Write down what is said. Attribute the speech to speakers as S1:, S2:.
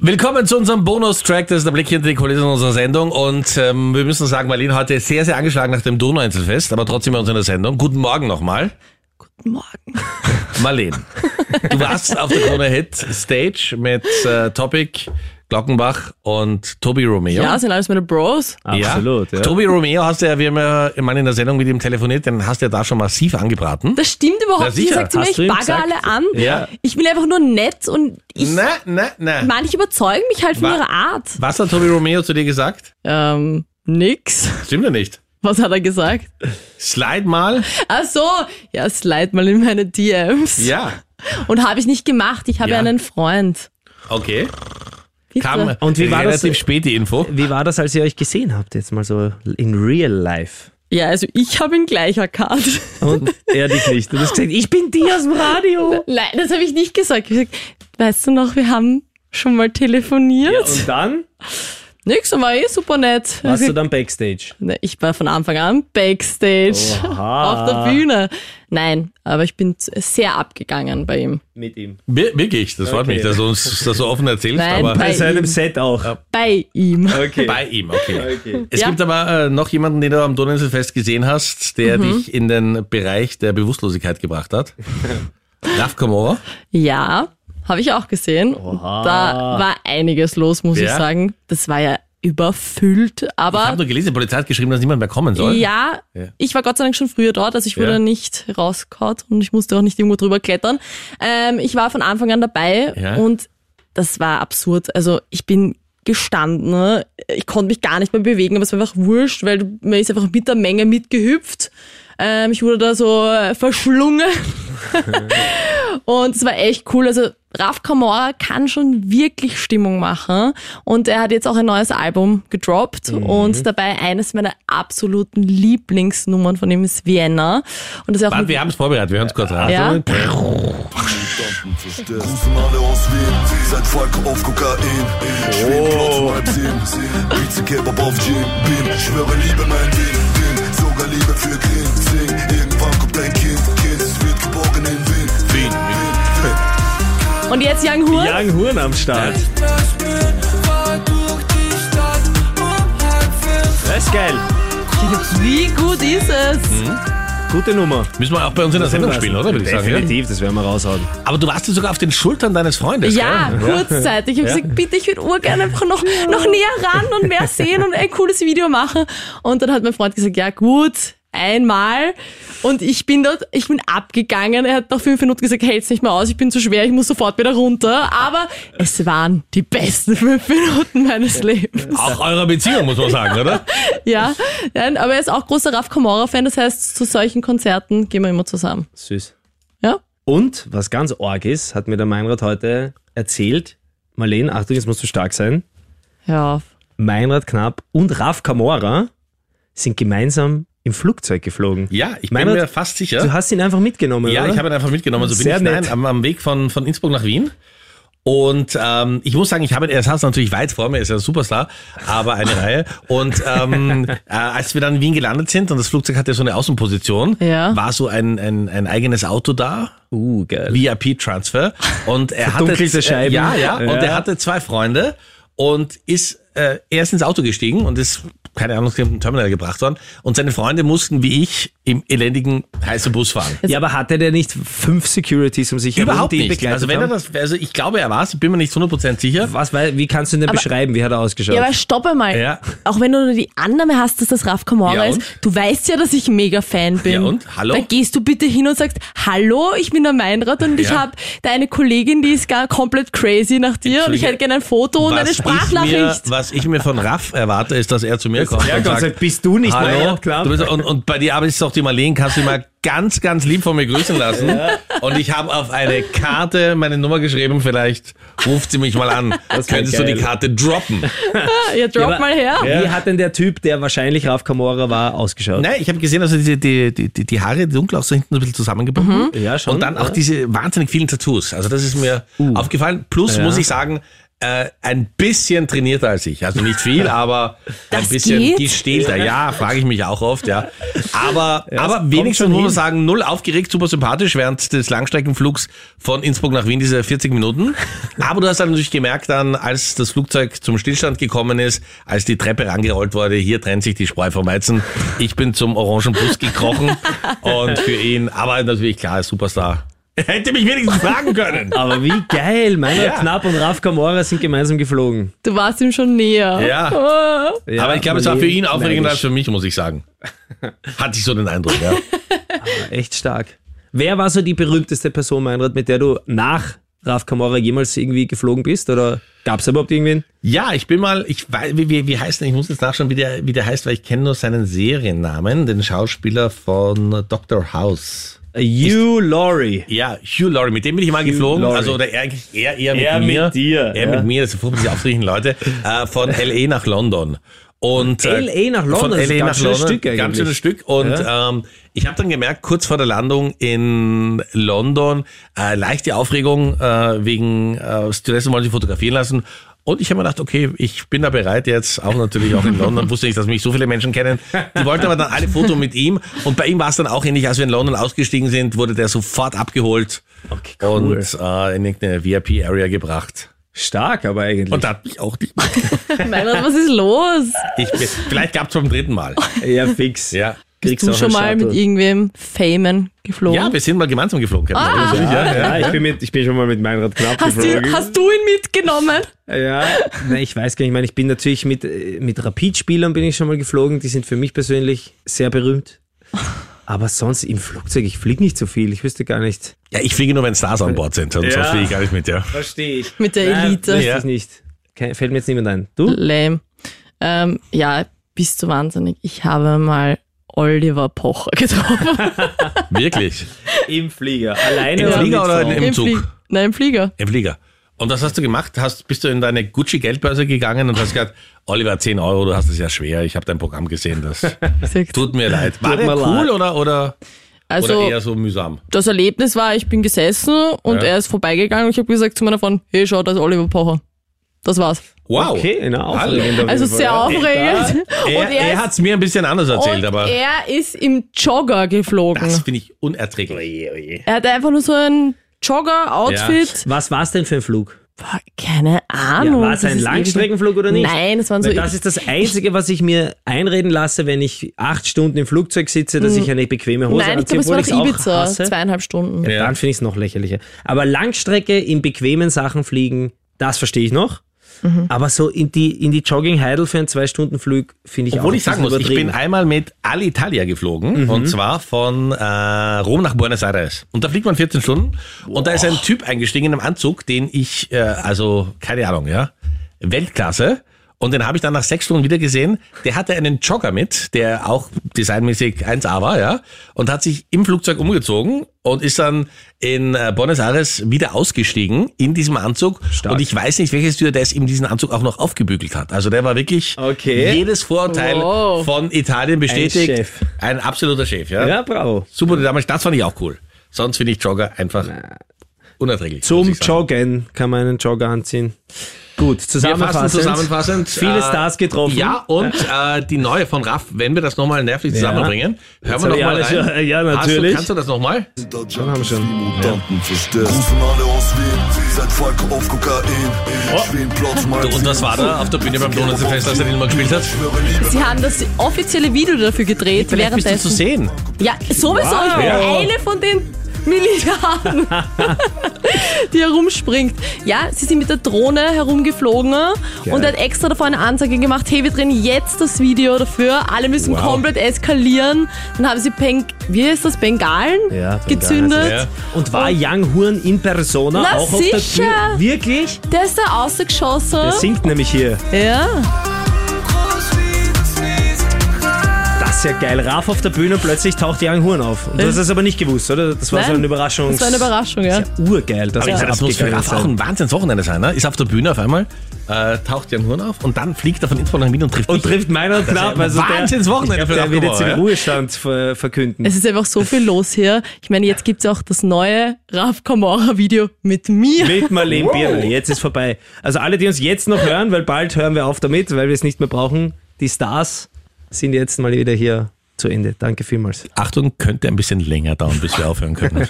S1: Willkommen zu unserem Bonustrack. Das ist der Blick hinter die Kulissen unserer Sendung. Und ähm, wir müssen sagen, Marlene heute ist sehr, sehr angeschlagen nach dem Donau-Inselfest, aber trotzdem bei uns in der Sendung. Guten Morgen nochmal.
S2: Guten Morgen.
S1: Marlene, du warst auf der Corona-Hit-Stage mit äh, Topic, Glockenbach und Tobi Romeo.
S2: Ja, sind alles meine Bros.
S3: Absolut, ja.
S1: Tobi Romeo hast du ja, wir haben ja mal in der Sendung mit ihm telefoniert, den hast du ja da schon massiv angebraten.
S2: Das stimmt
S1: Na
S2: überhaupt nicht.
S1: sicher.
S2: Ich sag zu mir,
S3: Hast
S2: ich
S3: du ihm
S2: bagger
S3: gesagt?
S2: alle an.
S1: Ja.
S2: Ich bin einfach nur nett und ich,
S1: Na, na, na.
S2: manche überzeugen mich halt von
S1: Wa-
S2: ihrer Art.
S1: Was hat Tobi Romeo zu dir gesagt?
S2: Ähm, nix.
S1: Stimmt ja nicht.
S2: Was hat er gesagt?
S1: Slide mal.
S2: Ach so, ja, slide mal in meine DMs.
S1: Ja.
S2: Und habe ich nicht gemacht. Ich habe
S1: Ja.
S2: ja. einen Freund.
S1: Okay.
S2: Bitte.
S1: Kam
S3: Und wie war
S1: relativ
S3: das?
S1: spät die Info.
S3: Wie war das, als ihr euch gesehen habt, jetzt mal so in real life?
S2: Ja, also ich habe ihn gleich erkannt.
S3: Und er dich nicht. Du hast gesagt, ich bin die aus dem Radio.
S2: Nein, das habe ich nicht gesagt. Ich hab gesagt, weißt du noch, wir haben schon mal telefoniert.
S3: Und dann
S2: Nix, aber eh super nett.
S3: warst du Oh. dann Backstage.
S2: Ne, Ich war von Anfang an Backstage
S3: Oha.
S2: auf
S1: Ah.
S2: der Bühne. Nein, aber ich bin z- sehr abgegangen bei ihm.
S3: Mit ihm.
S1: Wir- Wirklich, das freut
S3: Okay.
S1: mich, dass du uns das so offen erzählst,
S2: Nein,
S1: aber
S2: bei-
S3: Bei seinem Set auch.
S2: Bei ihm.
S3: Okay.
S1: bei ihm, okay.
S3: okay.
S1: Es
S2: Ja.
S1: gibt aber äh, noch jemanden, den du am Donauinselfest gesehen hast, der
S2: Mhm.
S1: dich in den Bereich der Bewusstlosigkeit gebracht hat. Raf Kamora.
S2: Ja, habe ich auch gesehen. Und
S3: Oha.
S2: Da war einiges los, muss
S1: Ja.
S2: ich sagen. Das war ja überfüllt,
S1: Ich habe
S2: aber
S1: nur gelesen, die Polizei hat geschrieben, dass niemand mehr kommen soll.
S2: ja,
S1: Ja.
S2: ich war Gott sei Dank schon früher dort, also ich wurde
S1: Ja.
S2: nicht rausgehaut und ich musste auch nicht irgendwo drüber klettern. Ähm, ich war von Anfang an dabei
S1: Ja.
S2: und das war absurd. Also ich bin gestanden, ne? ich konnte mich gar nicht mehr bewegen, aber es war einfach wurscht, weil du- man ist einfach mit der Menge mitgehüpft. Ähm, ich wurde da so äh, verschlungen und es war echt cool. Also Raf Kamora kann schon wirklich Stimmung machen und er hat jetzt auch ein neues Album gedroppt und dabei eines meiner absoluten Lieblingsnummern von ihm ist Vienna und das ist auch
S1: Warte, Ah,
S2: mit,
S1: wir haben es vorbereitet, wir hören es kurz an.
S2: ja,
S4: Grüßen alle aus Wien, sie seid Volk auf Kokain. Ich bin Plot
S1: Oh.
S4: von halb sieben, sieben. Pizza Kebab auf Gin, bin. Ich schwöre Liebe, mein Ding, Ding. Sogar Liebe für Kind, Sing. Irgendwann kommt ein Kind, Kind. Es wird geboren in Wien, Wien, Wien. Wien.
S2: und jetzt Young Hur.
S3: Young Huren am Start. Das ist geil.
S2: Wie gut ist es?
S3: Gute Nummer.
S1: Müssen wir auch bei uns in der Sendung spielen, oder? Würde ich sagen, ja?
S3: Definitiv, das werden wir raushauen.
S1: Aber du warst ja sogar auf den Schultern deines Freundes,
S2: Ja,
S1: gell?
S2: kurzzeitig. Ich habe
S1: Ja.
S2: gesagt, bitte, ich würde urgern einfach noch, noch näher ran und mehr sehen und ein cooles Video machen. Und dann hat mein Freund gesagt, ja gut, einmal. Und ich bin dort, ich bin abgegangen. Er hat nach fünf Minuten gesagt, hält's nicht mehr aus, ich bin zu schwer, ich muss sofort wieder runter. Aber es waren die besten fünf Minuten meines Lebens.
S1: Auch eurer Beziehung, muss man sagen, oder?
S2: Ja, nein, aber er ist auch großer Raf Kamora-Fan. Das heißt, zu solchen Konzerten gehen wir immer zusammen.
S3: Süß.
S2: Ja?
S3: Und was ganz arg ist, hat mir der Meinrad heute erzählt. Marlene, Achtung, jetzt musst du stark sein.
S2: Hör auf.
S3: Meinrad Knapp und Raf Kamora sind gemeinsam im Flugzeug geflogen.
S1: Ja, ich bin
S3: Meinrad,
S1: mir fast sicher.
S3: Du hast ihn einfach mitgenommen,
S1: Ja,
S3: oder?
S1: ich habe ihn einfach mitgenommen. So bin
S3: Sehr
S1: ich
S3: nett.
S1: nein, am, am Weg von, von Innsbruck nach Wien. Und ähm, ich muss sagen, ich habe ihn, er saß natürlich weit vor mir, ist ja ein Superstar, aber eine Reihe. Und ähm, äh, als wir dann in Wien gelandet sind und das Flugzeug hatte so eine Außenposition,
S2: Ja.
S1: war so ein, ein, ein eigenes Auto da,
S3: Uh, geil.
S1: VIP-Transfer. Und er hatte äh,
S3: Verdunkelte Scheiben.
S1: Ja, ja, Und
S3: Ja.
S1: er hatte zwei Freunde und ist äh, er ist ins Auto gestiegen und ist keine Ahnung zum Terminal gebracht worden. Und seine Freunde mussten wie ich im elendigen heißen Bus fahren.
S3: Ja, aber hatte der nicht fünf Securities um sich herum,
S1: Überhaupt
S3: die ihn
S1: nicht.
S3: begleitet
S1: Also wenn er
S3: haben?
S1: das, also ich glaube, er war es. Ich bin mir nicht 100% sicher.
S3: was, weil, wie kannst du ihn denn beschreiben? Wie hat er ausgeschaut?
S2: Ja, aber stopp einmal.
S1: Ja.
S2: Auch wenn du nur die Annahme hast, dass das Raf Kamora
S1: Ja,
S2: ist,
S1: und?
S2: du weißt ja, dass ich mega Fan bin.
S1: Ja, und? Hallo?
S2: Dann gehst du bitte hin und sagst, hallo, ich bin der Meinrad und ich
S1: Ja.
S2: habe da eine Kollegin, die ist gar komplett crazy nach dir und ich
S1: Entschuldige.
S2: hätte gerne ein Foto und eine
S1: Ich mir,
S2: Sprachnachricht.
S1: was ich mir von Raff erwarte, ist, dass er zu mir kommt
S3: er
S1: und
S3: kommt
S1: sagt,
S3: und sagt, bist du nicht
S1: Hallo,
S3: Meinrad Knapp?
S1: Du bist, und, und bei dir aber ist auch die Marleen, kannst du dich mal ganz, ganz lieb von mir grüßen lassen. Und ich habe auf eine Karte meine Nummer geschrieben, vielleicht ruft sie mich mal an.
S3: wär
S1: Könntest du
S3: geil.
S1: die Karte droppen?
S2: Ja, ja, drop
S3: Ja, aber-
S2: mal her.
S3: Wie hat denn der Typ, der wahrscheinlich Raf Kamora war, ausgeschaut?
S1: Nein, ich habe gesehen, also die, die, die, die, die Haare dunkel auch so hinten so ein bisschen zusammengebunden.
S3: Ja, schon,
S1: Und dann auch
S3: ja.
S1: diese wahnsinnig vielen Tattoos. Also das ist mir aufgefallen. Plus muss ich sagen, äh, ein bisschen trainierter als ich. Also nicht viel, aber ein
S2: Das
S1: bisschen
S2: geht?
S1: gestählter. Ja, frage ich mich auch oft, ja. Aber, aber
S3: kommt
S1: wenigstens
S3: schon
S1: muss man
S3: hin.
S1: sagen, null aufgeregt, super sympathisch während des Langstreckenflugs von Innsbruck nach Wien, diese 40 Minuten. Aber du hast dann natürlich gemerkt dann, als das Flugzeug zum Stillstand gekommen ist, als die Treppe rangerollt wurde, hier trennt sich die Spreu vom Weizen. Ich bin zum Orangenbus gekrochen und für ihn, aber natürlich klar, Superstar. Hätte mich wenigstens fragen können.
S3: Aber wie geil, meiner
S1: Ja.
S3: Knapp und Raf Kamora sind gemeinsam geflogen.
S2: Du warst ihm schon näher. Oh,
S1: Ja.
S3: Ja,
S1: aber ich glaube, es war für ihn aufregender als
S3: neidisch.
S1: für mich, muss ich sagen. Hatte ich so den Eindruck, ja.
S3: Echt stark. Wer war so die berühmteste Person, Meinrad, mit der du nach Raf Kamora jemals irgendwie geflogen bist? Oder gab es überhaupt irgendwen?
S1: Ja, ich bin mal, ich weiß, wie, wie, wie heißt denn, ich muss jetzt nachschauen, wie der, wie der heißt, weil ich kenne nur seinen Seriennamen, den Schauspieler von Dr. House.
S3: You Laurie.
S1: Ja, Hugh Laurie, mit dem bin ich mal geflogen,
S3: Laurie.
S1: also oder er, eigentlich er, eher mit
S3: Er mit
S1: mir.
S3: dir,
S1: Er
S3: ja.
S1: mit mir, das sind furchtbar die aufregenden Leute, äh, von L.A. nach London. Und, äh,
S3: LA nach London,
S1: von
S3: das ist ein
S1: L.A.
S3: ganz
S1: nach
S3: schönes
S1: London,
S3: Stück eigentlich.
S1: ganz schönes Stück. Und ähm, ich habe dann gemerkt, kurz vor der Landung in London, äh, leichte Aufregung äh, wegen, äh, Stewardessen wollen sie fotografieren lassen. Und ich habe mir gedacht, okay, ich bin da bereit jetzt, auch natürlich auch in London, wusste nicht, dass mich so viele Menschen kennen. Die wollten aber dann alle Foto mit ihm. Und bei ihm war es dann auch ähnlich, als wir in London ausgestiegen sind, wurde der sofort abgeholt und äh, in irgendeine VIP-Area gebracht.
S3: Stark aber eigentlich.
S1: Und da hat mich auch die...
S2: Meinrad, was ist los?
S1: Ich bin, vielleicht gab's beim dritten Mal.
S3: ja, fix.
S1: Ja.
S3: Kriegst
S2: du
S3: auch
S2: schon
S3: einen
S2: mal
S3: Shuttle.
S2: mit irgendwem Famen geflogen?
S1: Ja, wir sind mal gemeinsam geflogen, Captain.
S2: Ah.
S1: Natürlich, ja.
S3: Ja, ich bin, mit, ich bin schon mal mit Meinrad Knapp
S2: hast, du,
S3: geflogen.
S2: hast du ihn mitgenommen?
S3: Ja, nein, ich weiß gar nicht. Ich meine, ich bin natürlich mit, äh, mit Rapid-Spielern bin ich schon mal geflogen. Die sind für mich persönlich sehr berühmt. Aber sonst im Flugzeug, ich fliege nicht so viel. Ich wüsste gar nicht.
S1: Ja, ich fliege nur, wenn Stars an Bord sind. Und
S3: Ja.
S1: sonst fliege ich gar nicht mit, ja.
S3: Verstehe ich.
S2: Mit der Elite.
S3: Nein, ja.
S1: Ja.
S3: ich nicht. Kein, fällt mir jetzt niemand ein. Du?
S2: Lame. Ähm, ja, bist du wahnsinnig. Ich habe mal Oliver Pocher getroffen.
S1: Wirklich.
S3: Im Flieger. Alleine
S1: Im
S3: oder
S1: Flieger
S3: mit
S1: oder
S3: Frau?
S1: in- Im Zug.
S2: Flie- Nein, im Flieger.
S1: Im Flieger. Und was hast du gemacht? Hast, bist du in deine Gucci-Geldbörse gegangen und hast gesagt, Oliver, 10 Euro, du hast es ja schwer. Ich habe dein Programm gesehen. Das
S2: Gesagt.
S1: tut mir leid. War
S3: Tut
S1: der
S3: mir
S1: cool
S3: leid.
S1: oder, oder, oder
S2: Also,
S1: eher so mühsam?
S2: das Erlebnis war, ich bin gesessen und er ist vorbeigegangen und ich habe gesagt zu meiner Freundin, hey, schau, das ist Oliver Pocher. Das war's.
S1: Wow.
S3: Okay, na, aufregend auf
S2: Also
S3: jeden Fall,
S2: sehr
S3: ja.
S2: aufregend.
S1: Er,
S2: und er,
S1: er
S2: ist,
S1: hat's mir ein bisschen anders erzählt,
S2: und
S1: aber
S2: er ist im Jogger geflogen.
S1: das finde ich unerträglich.
S2: Er hat einfach nur so ein Jogger-Outfit.
S3: Was war es denn für ein Flug?
S2: Boah, Keine
S3: Ja,
S2: Ahnung.
S3: war es
S2: das
S3: ein
S2: ist
S3: Langstreckenflug oder
S2: irgendwie-
S3: nicht?
S2: Nein, das waren so.
S3: Weil das ist das Einzige, was ich mir einreden lasse, wenn ich acht Stunden im Flugzeug sitze, dass ich eine bequeme Hose
S2: Hm. Nein, ich
S3: anziehe,
S2: glaube, es war
S3: obwohl
S2: nach
S3: ich es auch
S2: Ibiza.
S3: hasse.
S2: Zweieinhalb Stunden.
S3: Ja. Dann finde ich es noch lächerlicher. Aber Langstrecke in bequemen Sachen fliegen, das verstehe ich noch.
S2: Mhm.
S3: Aber so in die, in die Jogging-Heidel für einen Zwei-Stunden-Flug finde ich auch
S1: Obwohl ich
S3: ein
S1: sagen muss,
S3: bisschen
S1: ich bin
S3: übertrieben. Mhm.
S1: einmal mit Alitalia geflogen und zwar von äh, Rom nach Buenos Aires. Und da fliegt man 14 Stunden und da ist ein Typ eingestiegen in einem Anzug, den ich, äh, also keine Ahnung, ja, Weltklasse. Und den habe ich dann nach sechs Stunden wieder gesehen. Der hatte einen Jogger mit, der auch designmäßig 1A war, ja, und hat sich im Flugzeug umgezogen und ist dann in äh, Buenos Aires wieder ausgestiegen in diesem Anzug.
S3: Stark.
S1: Und ich weiß nicht, welches Stewardess ihm diesen Anzug auch noch aufgebügelt hat. Also der war wirklich
S3: Okay.
S1: jedes Vorurteil
S2: Wow.
S1: von Italien bestätigt.
S3: Ein Chef.
S1: Ein absoluter Chef, ja.
S3: Ja, bravo.
S1: Super dynamisch, das fand ich auch cool. Sonst finde ich Jogger einfach unerträglich. muss
S3: Zum
S1: ich sagen.
S3: Joggen kann man einen Jogger anziehen. Gut,
S1: Wir fassen
S3: zusammenfassend.
S1: zusammenfassend.
S3: Viele
S1: äh,
S3: Stars getroffen.
S1: Ja, und äh, die neue von Raff, wenn wir das nochmal nervlich zusammenbringen, hören wir
S3: hab ich
S1: nochmal
S3: alles schon-
S1: rein.
S3: ja,
S1: Hast du,
S3: natürlich.
S1: kannst du das nochmal?
S4: Dann haben schon. Mutanten verstehst. Rufen alle aus Wien, ihr seid voll auf Kokain. Schweden, Plot,
S1: Oh. Du, und was war da auf der Bühne beim Donauseefest, als er den mal gespielt hat?
S2: Sie haben das offizielle Video dafür gedreht
S1: Vielleicht bist du zu
S2: währenddessen.
S1: sehen.
S2: Ja, sowieso. Ich bin
S1: Wow.
S2: eine von den Milliarden, die herumspringt. Ja, sie sind mit der Drohne herumgeflogen äh, und hat extra davor eine Ansage gemacht, hey, wir drehen jetzt das Video dafür. Alle müssen
S1: Wow.
S2: komplett eskalieren. Dann haben sie Peng wie ist das, Bengalen
S3: Ja, Bengalen.
S2: gezündet.
S1: Ja.
S3: Und war Young Huren in Persona
S2: Na,
S3: auch auf der
S2: sicher.
S3: Bühne? Wirklich?
S2: Der ist da rausgeschossen.
S3: Er singt nämlich hier.
S2: Ja.
S3: Das ist ja geil. Raf auf der Bühne, plötzlich taucht Young Horn auf. Und du hast das aber nicht gewusst, oder? Das war
S2: Nein,
S3: so eine Überraschung.
S2: Das war eine Überraschung, ja.
S3: Das ist ja urgeil, dass
S1: Aber ich
S3: das
S1: sag, das muss für
S3: abgegangen
S1: Raff auch
S3: sein.
S1: ein Wahnsinnswochenende sein, ne? Ist auf der Bühne auf einmal, äh, taucht Jan Horn auf und dann fliegt er von Innsbruck nach Wien und trifft
S3: Und
S1: dich.
S3: trifft meiner knapp. Also der-
S1: Wahnsinnswochenende
S3: ich glaub,
S1: für
S3: Der wird
S1: Raff
S3: jetzt den
S1: Kamauer, ja?
S3: Ruhestand ver verkünden.
S2: Es ist einfach so viel los hier. Ich meine, jetzt gibt's auch das neue Raf Kamora-Video mit mir.
S3: Mit Marlene Birnl. Jetzt ist vorbei. Also alle, die uns jetzt noch hören, weil bald hören wir auf damit, weil wir es nicht mehr brauchen. Die Stars sind jetzt mal wieder hier zu Ende. Danke vielmals.
S1: Achtung, könnte ein bisschen länger dauern, bis wir aufhören können.